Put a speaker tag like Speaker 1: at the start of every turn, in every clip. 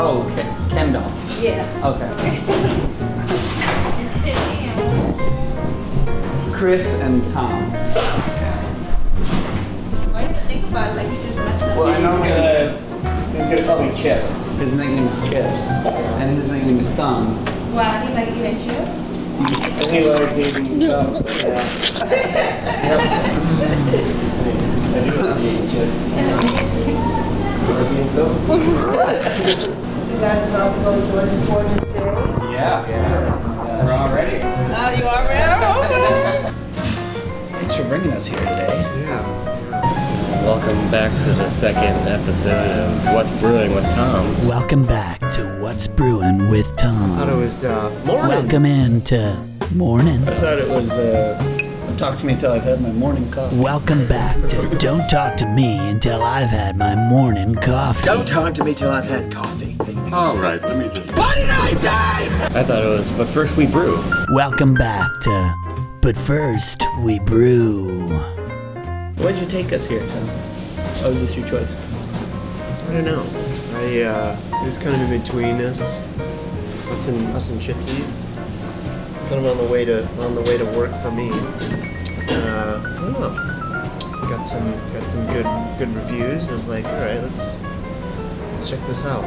Speaker 1: Oh, Ke- Kendall.
Speaker 2: Yeah.
Speaker 1: Okay. Chris and Tom.
Speaker 2: Why you have to think about it like you just messed up?
Speaker 1: Well, I know
Speaker 3: He's gonna, he's gonna call me Chips.
Speaker 1: his nickname is Chips, and his nickname is Tom.
Speaker 2: Why? He like eating chips?
Speaker 3: And he loves eating gum. Yeah. Yep. I do love eating chips. Love eating those.
Speaker 4: You guys about to go to Jordan's Sports today?
Speaker 3: Yeah, yeah. We're all ready.
Speaker 2: Oh, you already?
Speaker 3: Thanks for bringing us here today.
Speaker 5: Welcome back to the second episode of What's Brewing with Tom.
Speaker 6: Welcome back to What's Brewing with
Speaker 7: thought it
Speaker 6: Tom.
Speaker 7: was uh, morning.
Speaker 6: Welcome in to morning.
Speaker 3: I thought it was, uh, talk to me until I've had my morning coffee.
Speaker 6: Welcome back to Don't Talk to Me Until I've Had My Morning Coffee.
Speaker 7: talk to me till I've had coffee.
Speaker 5: All right, let me just.
Speaker 7: What did I say?
Speaker 5: I thought it was, but first we brew.
Speaker 6: Welcome back to But First We Brew.
Speaker 3: Why'd you take us here, Tom? Oh, is this your choice?
Speaker 7: I don't know. I uh, it was kind of in between us, us and us and Chipsy. Kind of on the way to on the way to work for me. Uh, I don't know. Got some got some good good reviews. I was like, all right, let's let's check this out.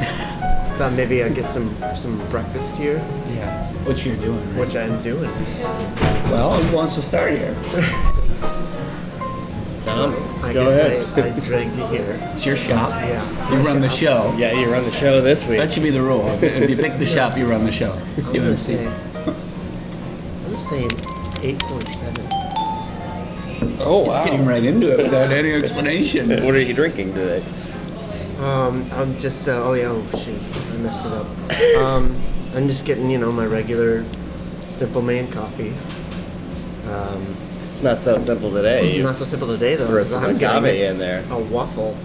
Speaker 7: Thought maybe I'd get some some breakfast here,
Speaker 3: Yeah. What you're doing, right?
Speaker 7: which I'm doing.
Speaker 3: Well, who wants to start here?
Speaker 5: Tom,
Speaker 7: I
Speaker 5: go
Speaker 7: guess
Speaker 5: ahead.
Speaker 7: I, I dragged you here.
Speaker 3: It's your shop.
Speaker 7: Yeah.
Speaker 3: You run the show.
Speaker 5: yeah, you run the show this week.
Speaker 3: That should be the rule. If- If you pick the shop, you run the show.
Speaker 7: I'm
Speaker 3: You
Speaker 7: gonna
Speaker 3: and see.
Speaker 7: say, I'm gonna say 8.7.
Speaker 5: oh,
Speaker 3: He's getting right into it without any explanation.
Speaker 5: What are you drinking today?
Speaker 7: Um, I'm just, uh, oh yeah, oh shoot, I messed it up. Um, I'm just getting, you know, my regular Simple Man coffee. Um,
Speaker 5: It's not so simple today. You
Speaker 7: not so simple today though,
Speaker 5: throw
Speaker 7: 'cause
Speaker 5: some
Speaker 7: I'm getting
Speaker 5: agave
Speaker 7: a,
Speaker 5: in there.
Speaker 7: a waffle.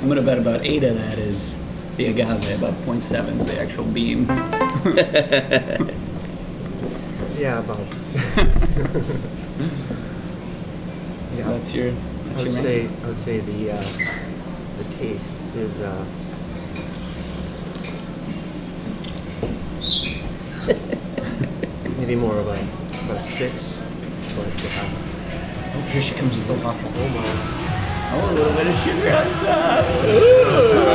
Speaker 3: I'm gonna bet about eight of that is the agave, about 0.7 is the actual beam.
Speaker 7: Yeah, about.
Speaker 3: So
Speaker 7: yeah,
Speaker 3: that's your. That's
Speaker 7: I
Speaker 3: your
Speaker 7: would say, I would say the, uh, the taste is, uh, maybe more of a, about a six, but, uh,
Speaker 3: Oh, here she comes with the waffle.
Speaker 7: oh my.
Speaker 3: Oh, a little bit of sugar on top.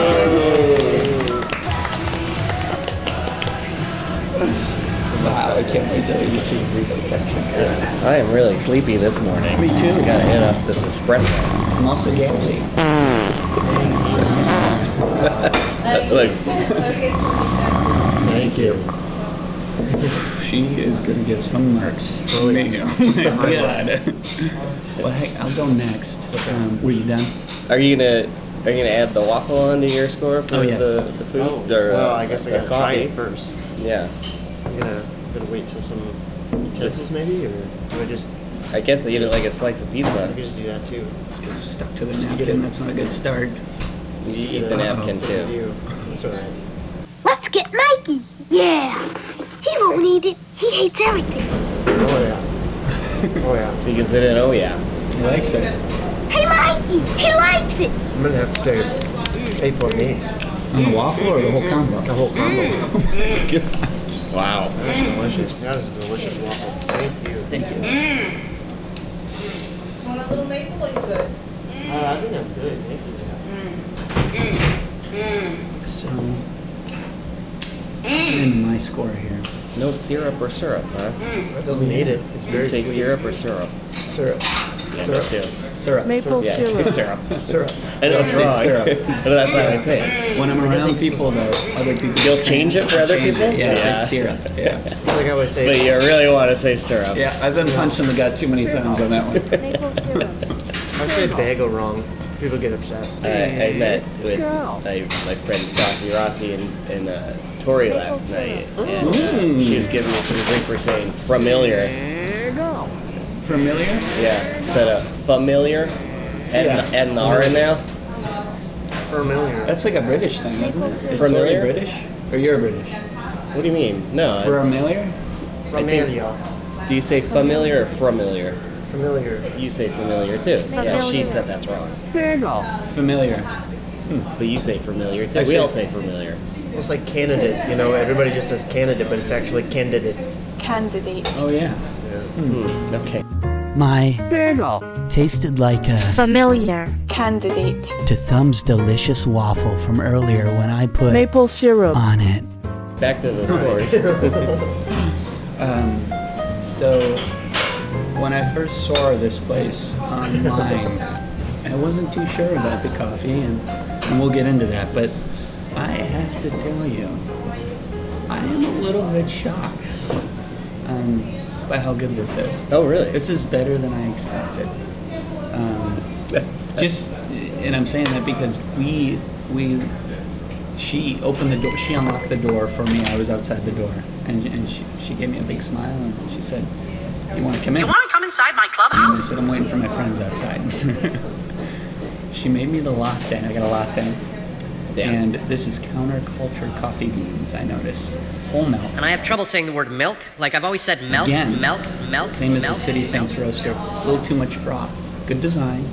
Speaker 3: Wow, I can't wait till we get to the barista section.
Speaker 5: I am really sleepy this morning.
Speaker 3: Me too.
Speaker 5: Gotta hit up this espresso.
Speaker 3: I'm also gassy.
Speaker 7: Thank you.
Speaker 3: She is gonna get some marks.
Speaker 7: Oh, yeah.
Speaker 3: Oh my
Speaker 7: High
Speaker 3: God.
Speaker 7: marks.
Speaker 3: Well, hey, I'll go next. Um, were you done?
Speaker 5: Are you gonna are you gonna add the waffle onto your score for
Speaker 3: Oh, yes.
Speaker 5: the, the food?
Speaker 7: Oh,
Speaker 5: or, uh,
Speaker 7: well, I guess I
Speaker 5: the
Speaker 7: gotta try
Speaker 5: coffee?
Speaker 7: it first.
Speaker 5: Yeah.
Speaker 7: I'm gonna, gonna wait till some utensils maybe, or do I just,
Speaker 5: I guess I eat it like a slice of
Speaker 7: I
Speaker 5: pizza.
Speaker 7: could just do that too.
Speaker 3: Stuck to the
Speaker 7: to get
Speaker 3: napkin.
Speaker 7: it-
Speaker 3: That's not a good start.
Speaker 5: You
Speaker 7: Just
Speaker 5: eat
Speaker 7: get
Speaker 5: the
Speaker 7: a-
Speaker 5: napkin
Speaker 7: what
Speaker 5: too.
Speaker 7: do you do? That's all right.
Speaker 8: Let's get Mikey. Yeah. He won't eat it. He hates everything.
Speaker 7: Oh yeah. Oh yeah.
Speaker 5: He gives it an oh yeah.
Speaker 3: He likes it.
Speaker 8: Hey, Mikey. He likes it.
Speaker 7: I'm gonna have to say eight point eight.
Speaker 3: On the waffle or the whole
Speaker 7: The
Speaker 3: combo?
Speaker 7: whole combo.
Speaker 5: Wow.
Speaker 7: That's delicious. That is a delicious waffle. Thank you.
Speaker 3: Thank you.
Speaker 2: Want a little maple or you good?
Speaker 7: Uh, I think I'm good. Thank you.
Speaker 3: So, in my score here.
Speaker 5: No syrup or syrup, huh?
Speaker 7: That doesn't need it. It's
Speaker 5: You
Speaker 7: very
Speaker 5: say
Speaker 7: sweet.
Speaker 5: syrup or syrup?
Speaker 7: Syrup.
Speaker 5: Yeah,
Speaker 7: Syrup.
Speaker 5: me too.
Speaker 3: Syrup.
Speaker 9: Maple
Speaker 5: Yeah,
Speaker 9: syrup.
Speaker 5: say syrup.
Speaker 7: Syrup.
Speaker 5: I know it's
Speaker 3: Say
Speaker 5: wrong.
Speaker 3: syrup.
Speaker 5: but that's how I say
Speaker 7: Mm.
Speaker 5: it.
Speaker 3: When I'm around people, though, other people.
Speaker 5: You'll change it for other
Speaker 3: Change
Speaker 5: people?
Speaker 3: it. Yeah,
Speaker 5: Yeah.
Speaker 3: say syrup. Yeah.
Speaker 7: It's like I always
Speaker 5: But
Speaker 7: say.
Speaker 5: you really want to say syrup.
Speaker 3: Yeah, I've been punched in the gut too many times on that one.
Speaker 9: Maple syrup.
Speaker 7: I say bagel wrong. People get upset.
Speaker 5: I, I met with my, my friend Sassy Rossi and, and uh, Tori last night, and uh, she was giving me some drink for saying familiar.
Speaker 3: Familiar?
Speaker 5: Yeah, instead of familiar. And,
Speaker 3: Yeah.
Speaker 5: and the R in there.
Speaker 7: Familiar.
Speaker 3: That's like a British thing, isn't it? Is
Speaker 5: Familiar?
Speaker 3: Tori British? Or you're British?
Speaker 5: What do you mean? No.
Speaker 3: Familiar?
Speaker 7: Familiar.
Speaker 5: I- do you say familiar or familiar?
Speaker 7: Familiar.
Speaker 5: You say familiar too. Yeah, she
Speaker 9: Familiar.
Speaker 5: said that's wrong.
Speaker 3: Familiar.
Speaker 5: But you say familiar too.
Speaker 7: I
Speaker 5: we all
Speaker 7: say-
Speaker 5: say familiar.
Speaker 7: Almost like candidate, you know, everybody just says candidate, but it's actually candidate.
Speaker 9: Candidate.
Speaker 1: Oh, yeah.
Speaker 3: Hmm,
Speaker 5: Okay.
Speaker 6: My tasted like a
Speaker 10: Familiar.
Speaker 9: Candidate.
Speaker 6: to Thumb's delicious waffle from earlier when I put
Speaker 10: Maple syrup.
Speaker 6: on it.
Speaker 5: Back to the scores.
Speaker 1: So, when I first saw this place online, I wasn't too sure about the coffee, and, and we'll get into that. But I have to tell you, I am a little bit shocked um, by how good this is.
Speaker 5: oh really?
Speaker 1: This is better than I expected. Um, just, and I'm saying that because we, we, she opened the door, she unlocked the door for me. I was outside the door, and, and she, she gave me a big smile and she said, "You want to come in?"
Speaker 10: Want to come inside my
Speaker 1: I
Speaker 10: clubhouse?
Speaker 1: said, I'm waiting for my friends outside. she made me the latte. I got a latte.
Speaker 5: Yeah.
Speaker 1: And this is counterculture coffee beans, I noticed. Whole milk.
Speaker 11: And I have trouble saying the word milk. Like I've always said milk,
Speaker 1: Again.
Speaker 11: milk, milk.
Speaker 1: Same as
Speaker 11: milk,
Speaker 1: the City Saints roaster. A little too much froth. Good design.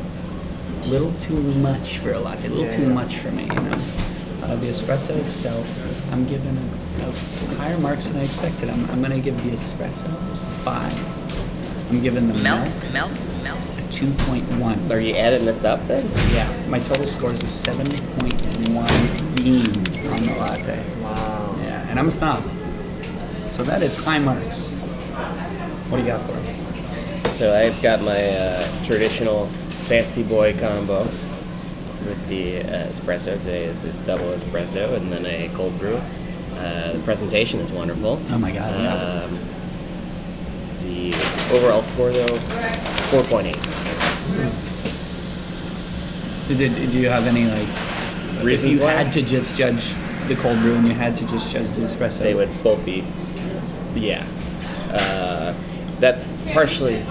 Speaker 1: Little too much for a latte. A little too much for me, you know. Uh, the espresso itself, I'm giving a, a higher marks than I expected. I'm, I'm going to give the espresso five. I'm giving the milk,
Speaker 11: milk, milk, milk.
Speaker 1: a 2.1.
Speaker 5: Are you adding this up then?
Speaker 1: Yeah, my total score is a 7.1 bean on the latte. Wow. Yeah, and I'm a snob. So that is high marks. What do you got for us?
Speaker 5: So I've got my uh, traditional fancy boy combo with the uh, espresso. Today is a double espresso and then a cold brew. Uh, the presentation is wonderful.
Speaker 1: Oh my God, yeah.
Speaker 5: Um, the overall score though, 4.8.
Speaker 1: Did, did you have any, like,
Speaker 5: Reasons
Speaker 1: if you
Speaker 5: why?
Speaker 1: had to just judge the cold brew and you had to just judge the espresso?
Speaker 5: They would both be, yeah. Uh, that's partially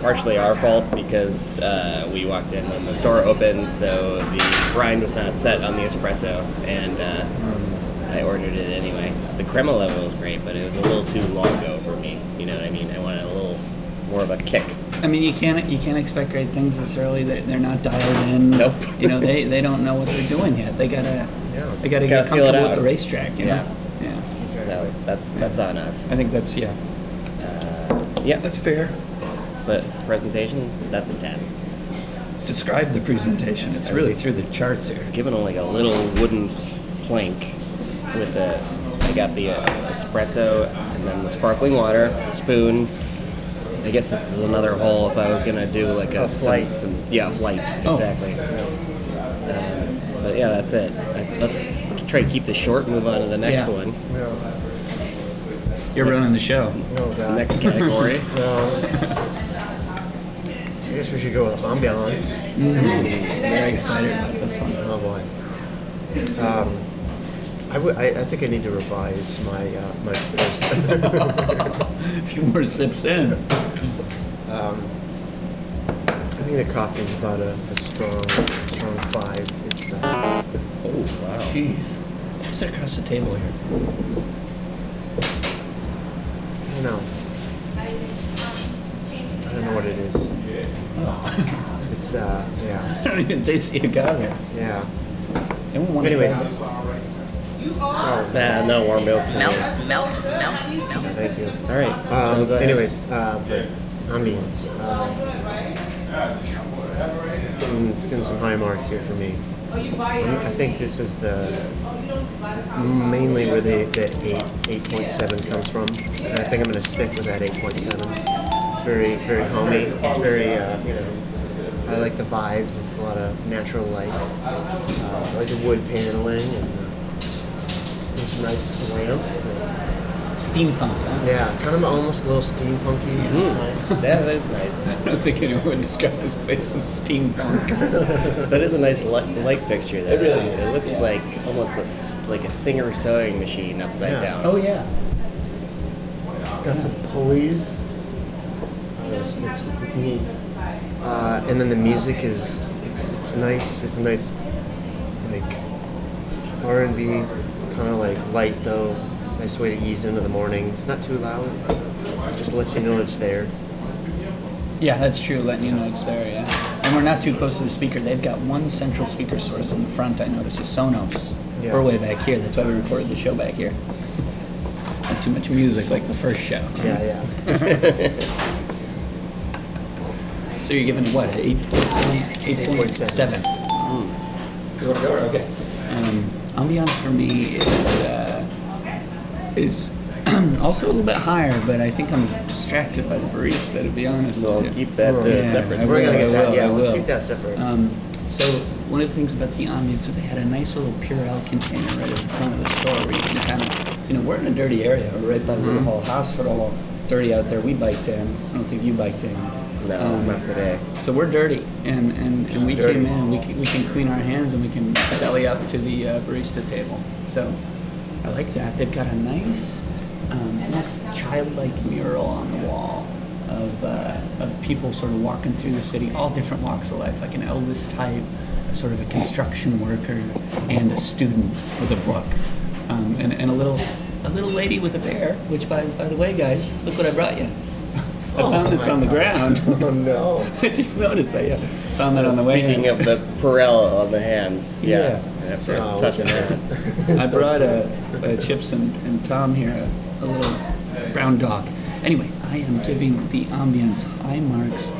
Speaker 5: partially our fault because uh, we walked in when the store opened, so the grind was not set on the espresso, and uh, I ordered it anyway. The crema level was great, but it was a little too long go for me. You know what I mean? I wanted a little more of a kick.
Speaker 1: I mean, you can't you can't expect great things this early. They're, they're not dialed in.
Speaker 5: Nope.
Speaker 1: you know, they, they don't know what they're doing yet. They gotta they gotta,
Speaker 5: Gotta
Speaker 1: get
Speaker 5: feel it
Speaker 1: comfortable with
Speaker 5: out.
Speaker 1: the racetrack. You
Speaker 5: Yeah.
Speaker 1: know? yeah.
Speaker 5: So that's that's on us.
Speaker 1: I think that's yeah.
Speaker 5: Yeah,
Speaker 1: fair.
Speaker 5: but presentation, that's a ten.
Speaker 1: describe the presentation. It's really through the charts here.
Speaker 5: It's given a, like a little wooden plank with the. I got the uh, espresso and then the sparkling water spoon. I guess this is another hole if I was gonna do like a, some-
Speaker 7: flight.
Speaker 5: Some, yeah, a flight
Speaker 1: Oh.
Speaker 5: exactly. Um, but yeah, that's it. I, let's try to keep this short. and Move on to the next
Speaker 1: Yeah.
Speaker 5: one.
Speaker 1: You're running the show.
Speaker 7: Oh, God.
Speaker 5: Next category.
Speaker 7: No. I guess we should go with ambiance.
Speaker 1: Very excited about this one.
Speaker 7: Oh boy. Um, I, w- I, I think I need to revise my uh, my course.
Speaker 1: A few more sips in.
Speaker 7: Um, I think the coffee is about a, a strong strong five. It's uh,
Speaker 1: Oh wow. Jeez. Pass it across the table here.
Speaker 7: I don't know. I don't know what it is.
Speaker 1: Oh.
Speaker 7: It's uh,
Speaker 1: I
Speaker 7: yeah
Speaker 1: don't even taste the agave.
Speaker 7: yeah.
Speaker 1: No one wanted
Speaker 7: Anyways.
Speaker 1: that.
Speaker 5: Nah, no warm milk. for me.
Speaker 11: Milk, milk, milk, milk.
Speaker 7: No, Thank you.
Speaker 5: All right. so
Speaker 7: Um,
Speaker 5: go ahead.
Speaker 7: anyways, uh, but ambience. Uh, it's, getting, it's getting some high marks here for me.
Speaker 2: Oh,
Speaker 7: Um, I think Mm. this is the mainly where the, the eight eight point seven comes from, and I think I'm going to stick with that eight point seven. It's very very homey. It's very uh, you know. I like the vibes. It's a lot of natural light. Uh, I like the wood paneling and uh, there's nice lamps.
Speaker 1: Steampunk. Huh? Mm.
Speaker 7: Yeah, kind of almost a little steampunky. It's nice.
Speaker 5: Yeah, that is nice.
Speaker 1: I don't think anyone would describe this place as steampunk.
Speaker 5: That is a nice light, light picture. Though. It
Speaker 7: really is,
Speaker 5: It looks like almost a, s- like a singer sewing machine upside
Speaker 7: Yeah.
Speaker 5: down.
Speaker 1: oh yeah.
Speaker 7: It's got some pulleys.
Speaker 1: Oh,
Speaker 7: It's, it's, it's neat. Uh, and then the music is it's, it's nice. It's a nice like R and B kind of like light though. Nice way to ease into the morning. It's not too loud. It just lets you know it's there.
Speaker 1: Yeah, that's true. Letting you know it's there. Yeah. and we're not too close to the speaker. They've got one central speaker source in the front. I notice is Sonos.
Speaker 7: Yeah.
Speaker 1: We're way back here. That's why we recorded the show back here. Not too much music like the first show.
Speaker 7: Yeah,
Speaker 1: yeah. so you're giving it what? Eight point eight point seven. You want to go? Or? Okay. Um, ambiance for me is uh, is also a little bit higher, but I think I'm distracted by the barista. To be honest,
Speaker 5: Well,
Speaker 1: with you.
Speaker 5: keep that, uh,
Speaker 1: Yeah,
Speaker 5: separate.
Speaker 1: I
Speaker 5: We're
Speaker 1: will,
Speaker 5: gonna get
Speaker 1: I
Speaker 5: that-
Speaker 1: will,
Speaker 5: yeah,
Speaker 1: I
Speaker 5: let's
Speaker 1: will.
Speaker 5: keep that separate.
Speaker 1: Um, so one of the things about the ambiance is they had a nice little Purell container right in front of the store where you can kind of, you know, we're in a dirty area We're right by
Speaker 5: Mm-hmm.
Speaker 1: Little Hall Hospital. It's dirty out there. We biked in. I don't think you biked in. Um,
Speaker 5: No, not today.
Speaker 1: So we're dirty, and and, and we
Speaker 5: dirty.
Speaker 1: came in and we can, we can clean our hands and we can belly up to the uh, barista table. So I like that. They've got a nice, um, almost childlike mural on the wall of uh, of people sort of walking through the city, all different walks of life, like an Elvis type, a sort of a construction worker, and a student with a book, um, and and a little. A little lady with a bear, which by, by the way, guys, look what I brought you. I found this on the ground. Oh no! I just noticed that. Yeah, found that on the way. in.
Speaker 5: Speaking of the Perel on the hands, yeah,
Speaker 1: Yeah.
Speaker 5: That's right.
Speaker 1: Oh,
Speaker 5: touching
Speaker 1: okay.
Speaker 5: that.
Speaker 1: I brought uh uh Chips and, and Tom here a, a little brown dog. Anyway, I am giving the ambience high marks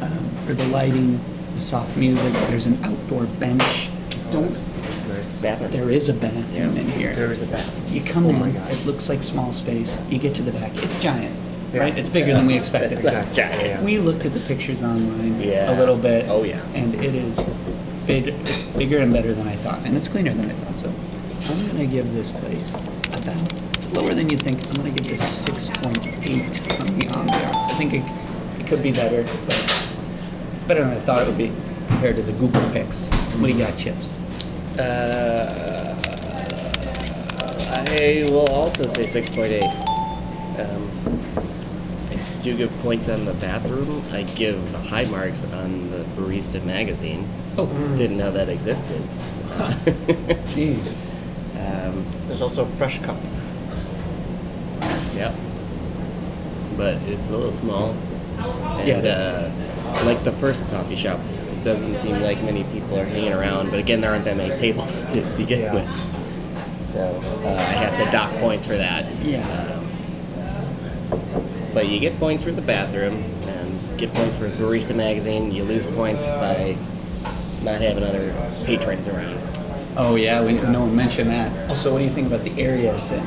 Speaker 1: um, for the lighting, the soft music. There's an outdoor bench. Don't.
Speaker 7: That's nice.
Speaker 1: There is a bathroom in here.
Speaker 7: There is a bathroom.
Speaker 1: You come
Speaker 7: Oh
Speaker 1: in,
Speaker 7: my God.
Speaker 1: it looks like small space. You get to the back, it's giant,
Speaker 7: Yeah.
Speaker 1: right? It's bigger than we expected.
Speaker 7: Exactly. Giant, yeah.
Speaker 1: We looked at the pictures online
Speaker 5: Yeah.
Speaker 1: a little bit.
Speaker 5: Oh, yeah.
Speaker 1: And it is big, it's bigger and better than I thought, and it's cleaner than I thought. So I'm gonna give this place about it's lower than you think. I'm gonna give this 6.8 on the ambiance. I think it, it could be better, but it's better than I thought it would be compared to the Google Pics. What do you got, Chips?
Speaker 5: Uh, I will also say 6.8. Um, I do give points on the bathroom. I give high marks on the Barista magazine.
Speaker 1: Oh.
Speaker 5: Didn't know that existed.
Speaker 1: Jeez.
Speaker 5: Um,
Speaker 7: There's also a fresh cup.
Speaker 5: Yep. But it's a little small. And,
Speaker 1: Yeah, it is.
Speaker 5: uh, like the first coffee shop, it doesn't seem like many people are hanging around. But again, there aren't that many tables to begin
Speaker 7: Yeah.
Speaker 5: with. So uh, I have to dock points for that. Um,
Speaker 1: Yeah.
Speaker 5: But you get points for the bathroom and get points for Barista Magazine. You lose points by not having other patrons around.
Speaker 1: Oh yeah, we no one mentioned that. Also, what do you think about the area it's in?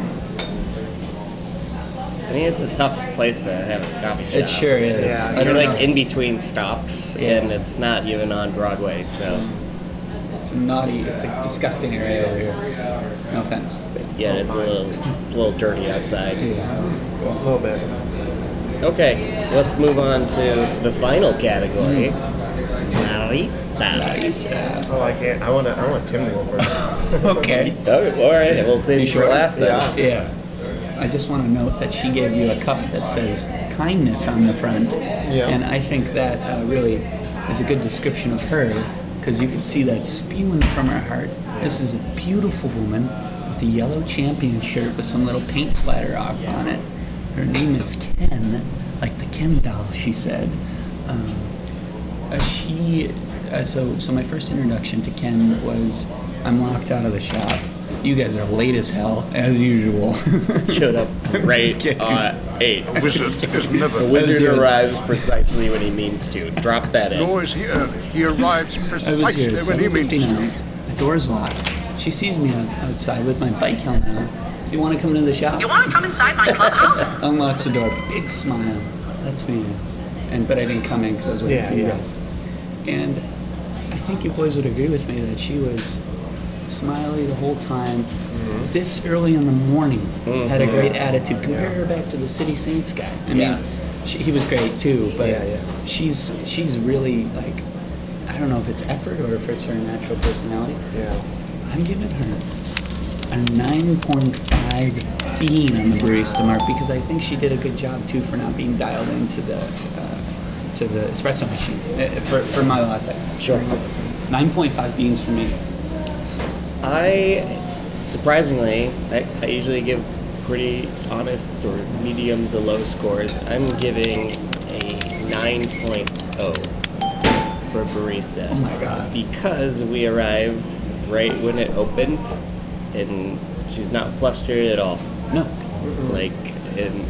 Speaker 5: I mean, it's a tough place to have a coffee shop.
Speaker 1: It sure is.
Speaker 5: Yeah,
Speaker 1: I
Speaker 5: you're
Speaker 1: don't
Speaker 5: like
Speaker 1: know.
Speaker 5: in between stops,
Speaker 1: Yeah.
Speaker 5: and it's not even on Broadway, so
Speaker 1: It's a naughty, it's a disgusting area over here. No offense.
Speaker 5: yeah, it's a little, it's a little dirty outside.
Speaker 7: A little bit.
Speaker 5: Okay, let's move on to, to the final category.
Speaker 1: Hmm.
Speaker 5: Barista.
Speaker 7: Oh, I can't. I want to. I want Tim to go first.
Speaker 1: Okay.
Speaker 5: Oh, all right, we'll save
Speaker 1: You
Speaker 5: you for
Speaker 1: sure?
Speaker 5: last
Speaker 7: Yeah.
Speaker 5: then.
Speaker 1: Yeah. I just want to note that she gave you a cup that says kindness on the front.
Speaker 7: Yeah.
Speaker 1: And I think that uh, really is a good description of her because you can see that spewing from her heart. This is a beautiful woman with a yellow champion shirt with some little paint splatter off on it. Her name is Ken, like the Ken doll, she said. Um, uh, she uh, so so my first introduction to Ken was I'm locked out of the shop. You guys are late as hell as usual.
Speaker 5: Showed up
Speaker 1: I'm just
Speaker 5: right
Speaker 1: kidding.
Speaker 5: on eight. The
Speaker 12: wizard is never
Speaker 5: The
Speaker 12: late.
Speaker 5: wizard
Speaker 1: here.
Speaker 5: arrives precisely when he means to. Drop that in.
Speaker 12: Nor is he early. He arrives
Speaker 1: I was
Speaker 12: precisely
Speaker 1: here at
Speaker 12: when he means to.
Speaker 1: 7:59. The door's locked. She sees me out- outside with my bike helmet on. Do you want to come into the shop?
Speaker 10: want to come inside my clubhouse?
Speaker 1: Unlocks the door. Big smile. That's me. And but I didn't come in because I was waiting
Speaker 7: Yeah,
Speaker 1: for you
Speaker 7: yeah.
Speaker 1: guys. And I think you boys would agree with me that she was smiley the whole time. This early in the morning had a
Speaker 7: Mhm.
Speaker 1: great
Speaker 7: Mm-hmm. Yeah.
Speaker 1: attitude. Compare
Speaker 7: Yeah.
Speaker 1: her back to the City Saints guy. I
Speaker 5: Yeah.
Speaker 1: mean, she, he was great too, but
Speaker 7: Yeah, yeah.
Speaker 1: she's she's really like I don't know if it's effort or if it's her natural personality.
Speaker 7: Yeah.
Speaker 1: I'm giving her a 9.5 bean on the barista mark because I think she did a good job too for not being dialed into the uh, to the espresso machine uh, for, for my latte.
Speaker 5: Sure.
Speaker 1: 9.5 beans for me.
Speaker 5: I surprisingly, I, I usually give pretty honest or medium to low scores. I'm giving a 9.0. for barista.
Speaker 1: Oh my God.
Speaker 5: Because we arrived right when it opened, and she's not flustered at all.
Speaker 1: No.
Speaker 5: Like, and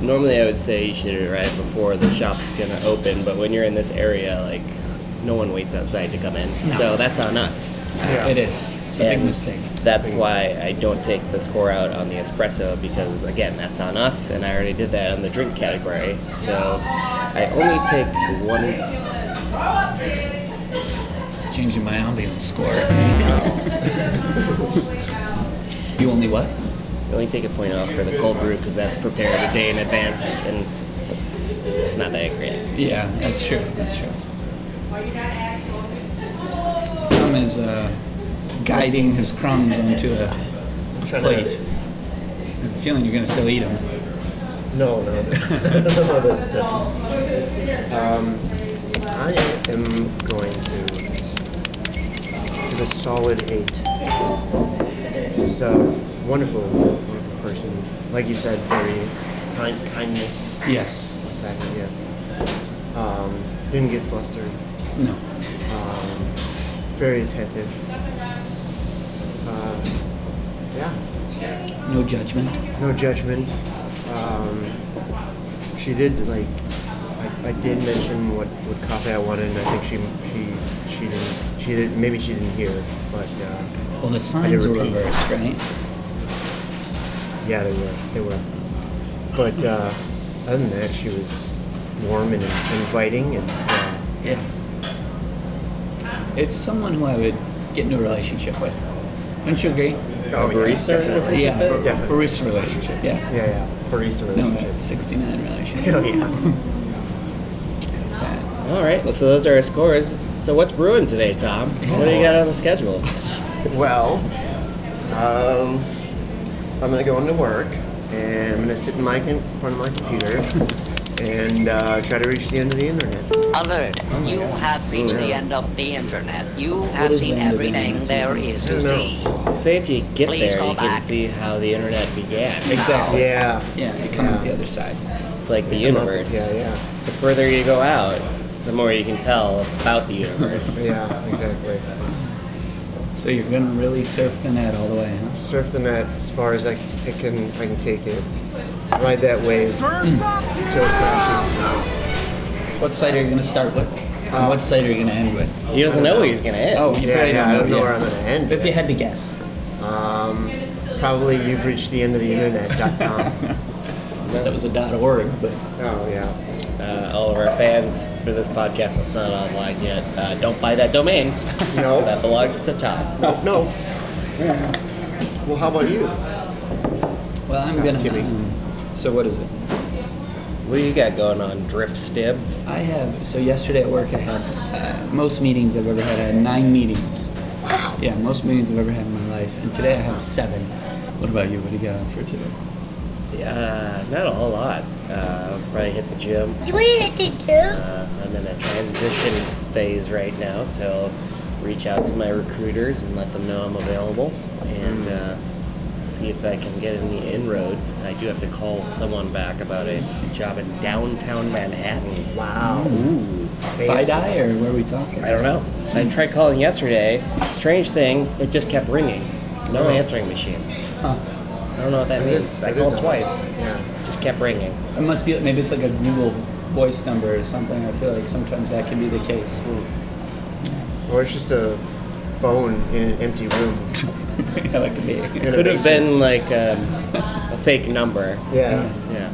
Speaker 5: normally I would say you should arrive before the shop's gonna open, but when you're in this area, like, no one waits outside to come in.
Speaker 1: No.
Speaker 5: So that's on us.
Speaker 1: Yeah. It is. It's a big
Speaker 5: And
Speaker 1: mistake.
Speaker 5: That's
Speaker 1: Big
Speaker 5: why I don't take the score out on the espresso because again, that's on us, and I already did that on the drink category. So I only take one.
Speaker 1: It's changing my ambiance score. you only what?
Speaker 5: I only take a point off for the cold brew because that's prepared a day in advance, and it's not that great.
Speaker 1: Yeah, that's true. That's true. Tom is uh, guiding his crumbs onto a plate. I'm feeling you're gonna still eat them.
Speaker 7: No, no, no, that's, that's. Um, I am going to uh, give a solid eight. She's a wonderful, wonderful person. Like you said, very kind, kindness.
Speaker 1: Yes.
Speaker 7: Exactly. Yes. Um, didn't get flustered.
Speaker 1: No.
Speaker 7: Um, very attentive. Uh, yeah.
Speaker 1: No judgment.
Speaker 7: No judgment. Um, she did like I, I did mention what, what coffee I wanted, and I think she she she didn't she did maybe she didn't hear, but uh,
Speaker 1: Well, the
Speaker 7: I did
Speaker 1: signs were
Speaker 7: repeat.
Speaker 1: reversed, right?
Speaker 7: Yeah, they were they were. But uh, other than that, she was warm and inviting, and uh,
Speaker 1: Yeah. It's someone who I would get into a relationship with. Wouldn't you agree?
Speaker 7: Oh,
Speaker 1: A
Speaker 7: yes, definitely.
Speaker 1: Yeah, bar-
Speaker 7: Definitely.
Speaker 1: barista relationship. Yeah.
Speaker 7: yeah, yeah, barista
Speaker 1: No,
Speaker 7: relationship.
Speaker 1: 69 relationship.
Speaker 7: Oh yeah.
Speaker 5: All right, well, so those are our scores. So what's brewing today, Tom? What do you got on the schedule?
Speaker 7: Well, um, I'm gonna go into work and I'm gonna sit in my com- in front of my computer and uh, try to reach the end of the internet.
Speaker 12: Alert, you have reached the end of the internet. You have
Speaker 5: is
Speaker 12: seen
Speaker 5: the end of the
Speaker 12: everything
Speaker 5: internet?
Speaker 12: there is to see.
Speaker 5: Say if you get
Speaker 12: Please
Speaker 5: there,
Speaker 12: call
Speaker 5: you can
Speaker 12: back.
Speaker 5: see how the internet began.
Speaker 1: Exactly.
Speaker 7: Yeah.
Speaker 1: Yeah, you come out the other side.
Speaker 5: It's like the
Speaker 7: Yeah, come out the-
Speaker 5: universe.
Speaker 7: yeah, yeah.
Speaker 5: The further you go out, the more you can tell about the universe.
Speaker 7: Yeah, exactly.
Speaker 1: So you're gonna really surf the net all the way, huh?
Speaker 7: Surf the net as far as I, I can. I can take it. Ride that wave until it crashes.
Speaker 1: What side are you gonna start with? And what side are you gonna end with?
Speaker 5: He doesn't know where he's gonna end.
Speaker 1: Oh, you
Speaker 7: Uh, Yeah,
Speaker 1: probably
Speaker 7: yeah, I don't know where I'm
Speaker 1: yeah.
Speaker 7: gonna end.
Speaker 1: If you had to guess.
Speaker 7: Um, probably you've reached the end of the internet.com.
Speaker 1: That was a dot org, but
Speaker 7: oh yeah.
Speaker 5: Uh, all of our fans for this podcast that's not online yet, uh, don't buy that domain.
Speaker 7: No.
Speaker 5: that belongs to Tom.
Speaker 7: No. No. Well, how about you?
Speaker 1: well, I'm
Speaker 7: Yeah,
Speaker 1: gonna.
Speaker 7: Timmy.
Speaker 1: um, so what is it?
Speaker 5: What do you got going on, Drip Stib?
Speaker 1: I have. So yesterday at work, I had uh, most meetings I've ever had. I had nine meetings. Wow. Yeah, most meetings I've ever had in my life, and today I have seven. What about you? What do you got on for today?
Speaker 5: Uh, not a whole lot. Uh, probably hit the gym.
Speaker 8: You wanted to do?
Speaker 5: Uh, I'm in a transition phase right now, so reach out to my recruiters and let them know I'm available and uh, see if I can get any inroads. I do have to call someone back about a job in downtown Manhattan.
Speaker 7: Wow.
Speaker 5: Ooh.
Speaker 1: By
Speaker 7: Fancy.
Speaker 1: die or where are we talking?
Speaker 5: I don't know. I tried calling yesterday. Strange thing, it just kept ringing. No answering machine.
Speaker 1: Huh.
Speaker 5: I don't know what that
Speaker 7: It
Speaker 5: means.
Speaker 7: is-
Speaker 5: I
Speaker 7: it is
Speaker 5: called
Speaker 7: odd.
Speaker 5: twice.
Speaker 7: Yeah.
Speaker 5: Just kept ringing.
Speaker 1: It must be maybe it's like a Google voice number or something. I feel like sometimes that can be the case.
Speaker 7: Or it's just a phone in an empty room.
Speaker 1: yeah, that could be.
Speaker 7: In a
Speaker 5: Could have
Speaker 7: basement.
Speaker 5: been like um, a fake number.
Speaker 7: Yeah.
Speaker 5: Yeah.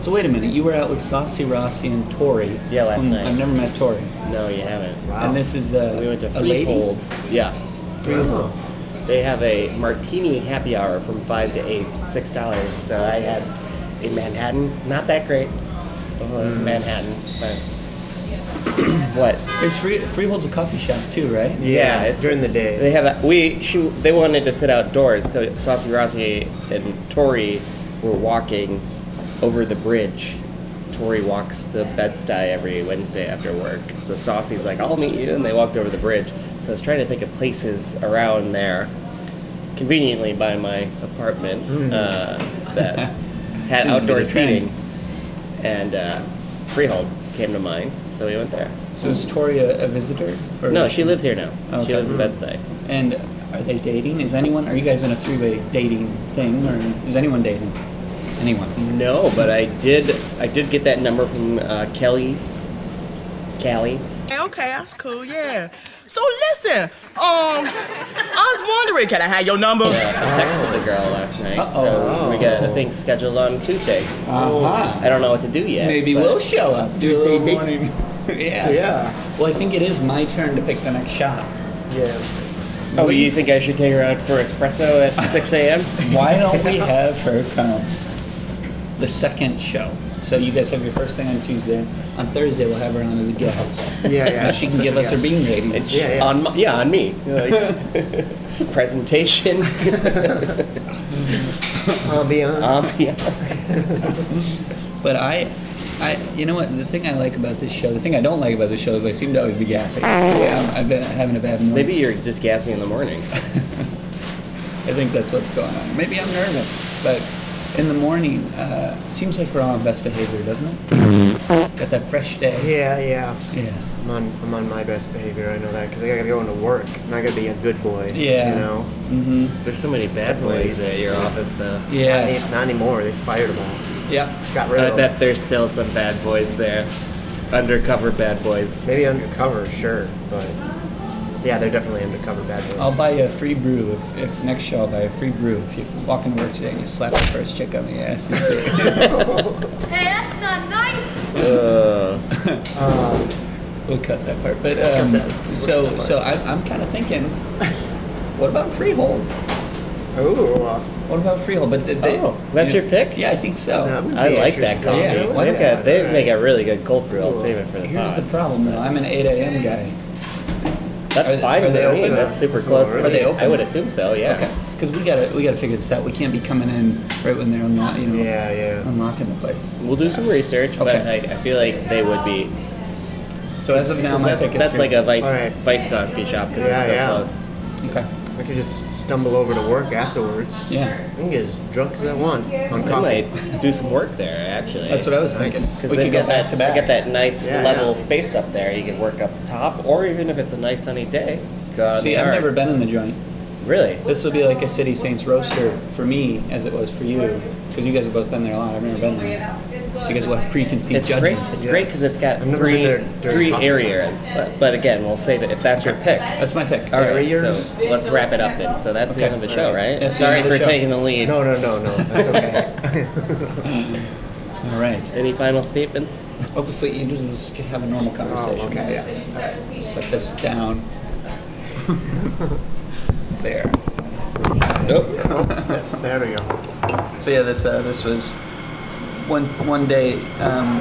Speaker 1: So wait a minute, you were out with Saucy Rossi and Tori.
Speaker 5: Yeah, last
Speaker 1: whom
Speaker 5: night.
Speaker 1: I've never met Tori.
Speaker 5: No, you haven't.
Speaker 7: Wow.
Speaker 1: And this is uh,
Speaker 5: We went to
Speaker 1: a lady.
Speaker 5: Freehold. Yeah.
Speaker 7: Wow.
Speaker 5: They have a martini happy hour from five to eight, six dollars. So I had a Manhattan, not that great, uh, Manhattan, but what?
Speaker 1: It's free, Freehold's a coffee shop too, right?
Speaker 7: Yeah, during the day.
Speaker 5: They have a, we she they wanted to sit outdoors, so Saucy Rossi and Tori were walking over the bridge. Tori walks to Bed-Stuy every Wednesday after work. So Saucy's like, "I'll meet you," and they walked over the bridge. So I was trying to think of places around there, conveniently by my apartment uh, that
Speaker 1: Hmm.
Speaker 5: had
Speaker 1: Seems to be
Speaker 5: outdoor
Speaker 1: the trend.
Speaker 5: seating, and uh, Freehold came to mind, so we went there.
Speaker 1: So is Tori a, a visitor?
Speaker 5: No, she lives here now.
Speaker 1: Okay. hmm.
Speaker 5: She lives in Bedside.
Speaker 1: And are they dating? Is anyone? Are you guys in a three-way dating thing, or is anyone dating? Anyone?
Speaker 5: No, but I did. I did get that number from uh, Kelly. Callie.
Speaker 13: Okay, that's cool. Yeah. So listen, um, I was wondering, can I have your number?
Speaker 5: uh, I texted the girl last night, so we got a thing scheduled on Tuesday. Oh,
Speaker 1: Uh-huh.
Speaker 5: I don't know what to do yet.
Speaker 1: Maybe
Speaker 5: but-
Speaker 1: we'll show up. Do a little morning. yeah.
Speaker 5: Yeah.
Speaker 1: Well, I think it is my turn to pick the next shot.
Speaker 7: Yeah.
Speaker 5: Oh, do you think I should take her out for espresso at 6 a.m.?
Speaker 1: Why don't we have her come the second show? So you guys have your first thing on Tuesday. On Thursday, we'll have her on as a guest.
Speaker 5: Yeah, yeah,
Speaker 1: And she can give us her
Speaker 5: special
Speaker 1: bean
Speaker 5: guest.
Speaker 1: ratings.
Speaker 5: It's on my- yeah, on me. Presentation.
Speaker 7: Ambiance.
Speaker 1: but I, I, you know what? The thing I like about this show, the thing I don't like about this show, is I seem to always be gassing. Yeah, I'm- I've been having a bad morning.
Speaker 5: Maybe you're just gassing in the morning.
Speaker 1: I think that's what's going on. Maybe I'm nervous, but in the morning, uh, seems like we're all on best behavior, doesn't
Speaker 5: Mm-hmm.
Speaker 1: it? Got that fresh day.
Speaker 7: Yeah, yeah.
Speaker 1: Yeah.
Speaker 7: I'm on, I'm on my best behavior. I know that because I gotta go into work and I gotta be a good boy.
Speaker 1: Yeah.
Speaker 7: You know.
Speaker 1: Mm-hmm.
Speaker 5: There's so many bad
Speaker 7: Definitely.
Speaker 5: boys at your office, though.
Speaker 1: Yes.
Speaker 7: Not, any- not anymore. They fired them all.
Speaker 1: Yeah.
Speaker 7: Got rid
Speaker 5: I
Speaker 7: of them.
Speaker 5: bet there's still some bad boys there. Undercover bad boys.
Speaker 7: Maybe undercover, sure, but yeah, they're definitely undercover bad boys.
Speaker 1: I'll buy you a free brew if, if next show I'll buy a free brew if you walk into work today and you slap the first chick on the ass. and say-
Speaker 14: Hey, that's not nice.
Speaker 1: we'll cut that part. But um, so so I'm, I'm kind of thinking, what about freehold?
Speaker 7: Ooh.
Speaker 1: What about freehold? But th- they,
Speaker 5: Oh, that's your pick?
Speaker 1: Yeah, I think so.
Speaker 5: I like that coffee.
Speaker 1: Yeah, why
Speaker 5: they
Speaker 1: not?
Speaker 5: got, they make a really good cold brew. I'll save it for the
Speaker 1: Here's
Speaker 5: pod.
Speaker 1: the problem though. I'm an 8 a.m. guy.
Speaker 5: That's fine for me. That's super close.
Speaker 1: Are they open?
Speaker 5: I would assume so. Yeah.
Speaker 1: Because we gotta we gotta figure this out. We can't be coming in right when they're unlocking. You know,
Speaker 7: yeah, yeah.
Speaker 1: Unlocking the place.
Speaker 5: We'll do some research, but I, I feel like they would be.
Speaker 1: So as of now,
Speaker 5: Because
Speaker 1: my
Speaker 5: that's,
Speaker 1: pick is
Speaker 5: that's
Speaker 1: free.
Speaker 5: like a vice
Speaker 1: Alright.
Speaker 5: vice coffee shop because
Speaker 7: Yeah,
Speaker 5: it's so
Speaker 7: yeah.
Speaker 5: close.
Speaker 1: Okay.
Speaker 7: I could just stumble over to work afterwards.
Speaker 1: Yeah.
Speaker 7: I can get as drunk as I want on
Speaker 5: We
Speaker 7: coffee.
Speaker 5: might do some work there actually.
Speaker 1: That's what I was thinking.
Speaker 5: Because
Speaker 1: We
Speaker 5: they
Speaker 1: could go
Speaker 5: got that
Speaker 1: back to back.
Speaker 5: Get that nice
Speaker 1: Yeah,
Speaker 5: level
Speaker 1: yeah.
Speaker 5: space up there. You can work up top, or even if it's a nice sunny day. Go out in
Speaker 1: See,
Speaker 5: the
Speaker 1: I've
Speaker 5: yard.
Speaker 1: never been in the joint.
Speaker 5: Really?
Speaker 1: This will be like a City Saints roaster for me, as it was for you, because you guys have both been there a lot. I've never been there, so you guys will have preconceived
Speaker 5: It's great.
Speaker 1: judgments.
Speaker 5: It's great because it's got
Speaker 1: never
Speaker 5: three,
Speaker 1: been there during
Speaker 5: three
Speaker 1: coffee
Speaker 5: areas. But, but again, we'll save it if that's your pick.
Speaker 1: That's my pick.
Speaker 5: All right,
Speaker 1: Areas?
Speaker 5: so let's wrap it up then. So that's the
Speaker 1: Okay.
Speaker 5: end of the show, right?
Speaker 1: That's the
Speaker 5: Sorry
Speaker 1: end of the
Speaker 5: for
Speaker 1: show.
Speaker 5: taking the lead.
Speaker 7: No, no, no, no. That's okay.
Speaker 1: All right.
Speaker 5: Any final statements?
Speaker 1: Obviously, you just- just have a normal conversation.
Speaker 7: okay.
Speaker 1: Oh, Yeah. Set this down. there.
Speaker 7: there we go.
Speaker 1: So yeah, this uh, this was one one day. Um,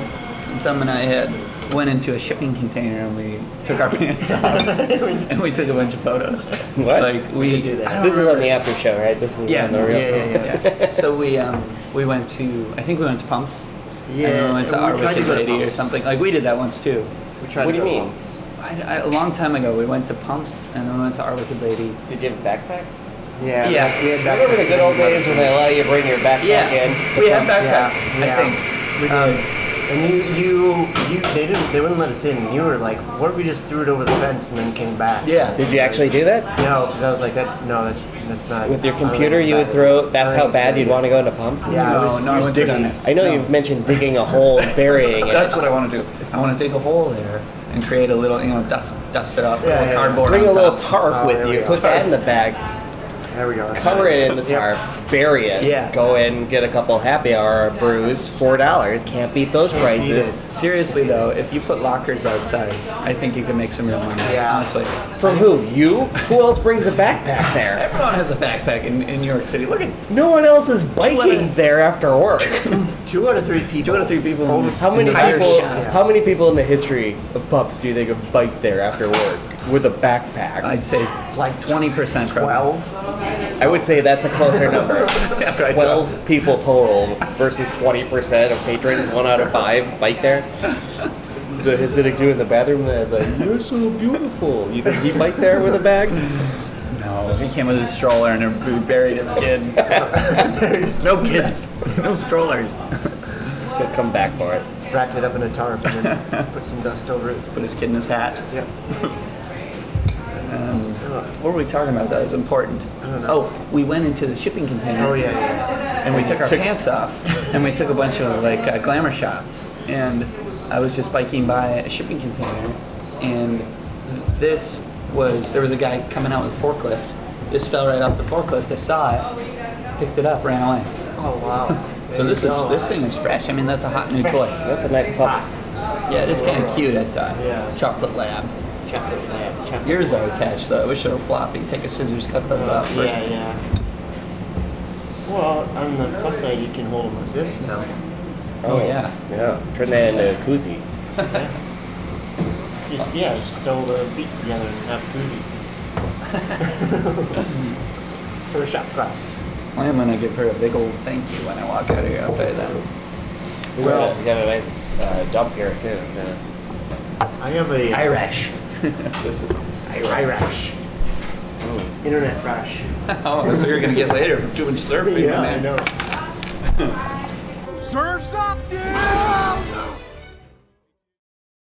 Speaker 1: Thumb and I had went into a shipping container and we took our pants off and we took a bunch of photos.
Speaker 5: What?
Speaker 1: Like we do that.
Speaker 5: This is on the after show, right? This is
Speaker 1: Yeah,
Speaker 5: on the real.
Speaker 1: yeah, yeah, yeah. so we um, we went to I think we went to Pumps. and then
Speaker 5: Yeah,
Speaker 1: we went to
Speaker 5: we
Speaker 1: Our
Speaker 5: tried to
Speaker 1: Wicked
Speaker 5: go to
Speaker 1: Lady or
Speaker 5: Pumps.
Speaker 1: something. Like we did that once too.
Speaker 7: We
Speaker 5: tried What to do go you to mean? Pumps.
Speaker 1: I, I, a long time ago, we went to Pumps and then we went to Our Wicked Lady.
Speaker 5: Did you have backpacks?
Speaker 7: Yeah.
Speaker 1: Yeah.
Speaker 7: We had backpacks.
Speaker 5: Remember the good old days when they allow you to bring your backpack
Speaker 1: Yeah.
Speaker 5: in?
Speaker 1: We had backpacks, I
Speaker 7: think. We did.
Speaker 5: um,
Speaker 7: and you, you, you, they didn't, they wouldn't let us in. You were like, what if we just threw it over the fence and then came back?
Speaker 5: Yeah. Did you actually do that?
Speaker 7: No, because I was like, that, no, that's, that's not.
Speaker 5: With your
Speaker 7: I don't think
Speaker 5: computer,
Speaker 7: it's
Speaker 5: you would
Speaker 7: bad.
Speaker 5: throw.
Speaker 7: I
Speaker 5: That's
Speaker 7: don't
Speaker 5: how
Speaker 7: think it's a
Speaker 5: bad
Speaker 7: good
Speaker 5: you'd
Speaker 7: idea.
Speaker 5: want to go into pumps.
Speaker 7: Yeah, I was-
Speaker 1: no, I wouldn't do that.
Speaker 5: I know
Speaker 1: No.
Speaker 5: you've mentioned digging a hole, and burying it.
Speaker 1: That's what I want to do. I want to dig a hole there and create a little, you know, dust dust it off, put a little cardboard
Speaker 5: Bring
Speaker 1: on
Speaker 5: a little
Speaker 1: top.
Speaker 5: tarp with you. Put that in the bag.
Speaker 7: There we go. that's
Speaker 5: Cover
Speaker 7: better.
Speaker 5: it in the
Speaker 7: Yep.
Speaker 5: tarp. Bury it.
Speaker 1: Yeah.
Speaker 5: Go in, get a couple happy hour brews. Four dollars. Can't beat those prices.
Speaker 1: Seriously though, if you put lockers outside, I think you can make some real money. Yeah. Honestly.
Speaker 5: From who? You? Who else brings a backpack there?
Speaker 1: Everyone has a backpack in, in New York City. Look at
Speaker 5: No one else is
Speaker 1: Two out
Speaker 5: biking
Speaker 1: of-
Speaker 5: there after work.
Speaker 7: Two out of three people.
Speaker 1: Two out of three people. in this
Speaker 5: How many
Speaker 1: entire
Speaker 5: people?
Speaker 1: shop.
Speaker 5: How many people in the history of pubs do you think have biked there after work with a backpack?
Speaker 1: I'd say like twenty percent.
Speaker 7: Twelve.
Speaker 5: I would say that's a closer number.
Speaker 1: right,
Speaker 5: Twelve people total versus twenty percent of patrons. One out of five bike there. The Hasidic dude in the bathroom that's like, "You're so beautiful." You think he biked there with a bag?
Speaker 1: No, he came with his stroller and he buried his kid. There's no kids, no strollers.
Speaker 5: He'll come back for it.
Speaker 7: wrapped it up in a tarp and then put some dust over it.
Speaker 1: Put his kid in his hat.
Speaker 7: Yep.
Speaker 1: Um, what were we talking about? That was important. Oh, we went into the shipping container.
Speaker 7: Oh, yeah, yeah.
Speaker 1: And we took our
Speaker 7: Took-
Speaker 1: pants off, and we took a bunch of like uh, glamour shots. And I was just biking by a shipping container, and this was there was a guy coming out with a forklift. This fell right off the forklift. I saw it, picked it up, ran away.
Speaker 7: Oh wow.
Speaker 1: So this
Speaker 7: There
Speaker 1: is
Speaker 7: you go.
Speaker 1: this thing is fresh. I mean, that's a hot
Speaker 7: It's
Speaker 1: new
Speaker 7: fresh.
Speaker 1: toy.
Speaker 7: That's a nice toy.
Speaker 1: Yeah, it is kind of cute. I thought.
Speaker 7: Yeah.
Speaker 1: Chocolate lab.
Speaker 7: Chocolate lab. Chocolate
Speaker 1: Yours are attached though. I wish they were floppy. Take a scissors, cut those off
Speaker 7: Yeah,
Speaker 1: first.
Speaker 7: yeah. Well, on the plus side, you can hold them like this now.
Speaker 1: Oh, yeah.
Speaker 5: Yeah. Turn that into a koozie.
Speaker 7: Just yeah, just sew the feet together and have a koozie. For a shop class.
Speaker 1: I am gonna give her a big old thank you when I walk out of here. I'll tell you that.
Speaker 5: We
Speaker 1: Well-
Speaker 5: got, we got a nice uh, dump here too. So.
Speaker 7: I have a uh,
Speaker 1: Irish. this is
Speaker 7: Irish. Internet rash.
Speaker 1: oh, that's what you're gonna get later from too much surfing.
Speaker 7: Yeah,
Speaker 1: man.
Speaker 7: I know.
Speaker 15: Surf's up, dude!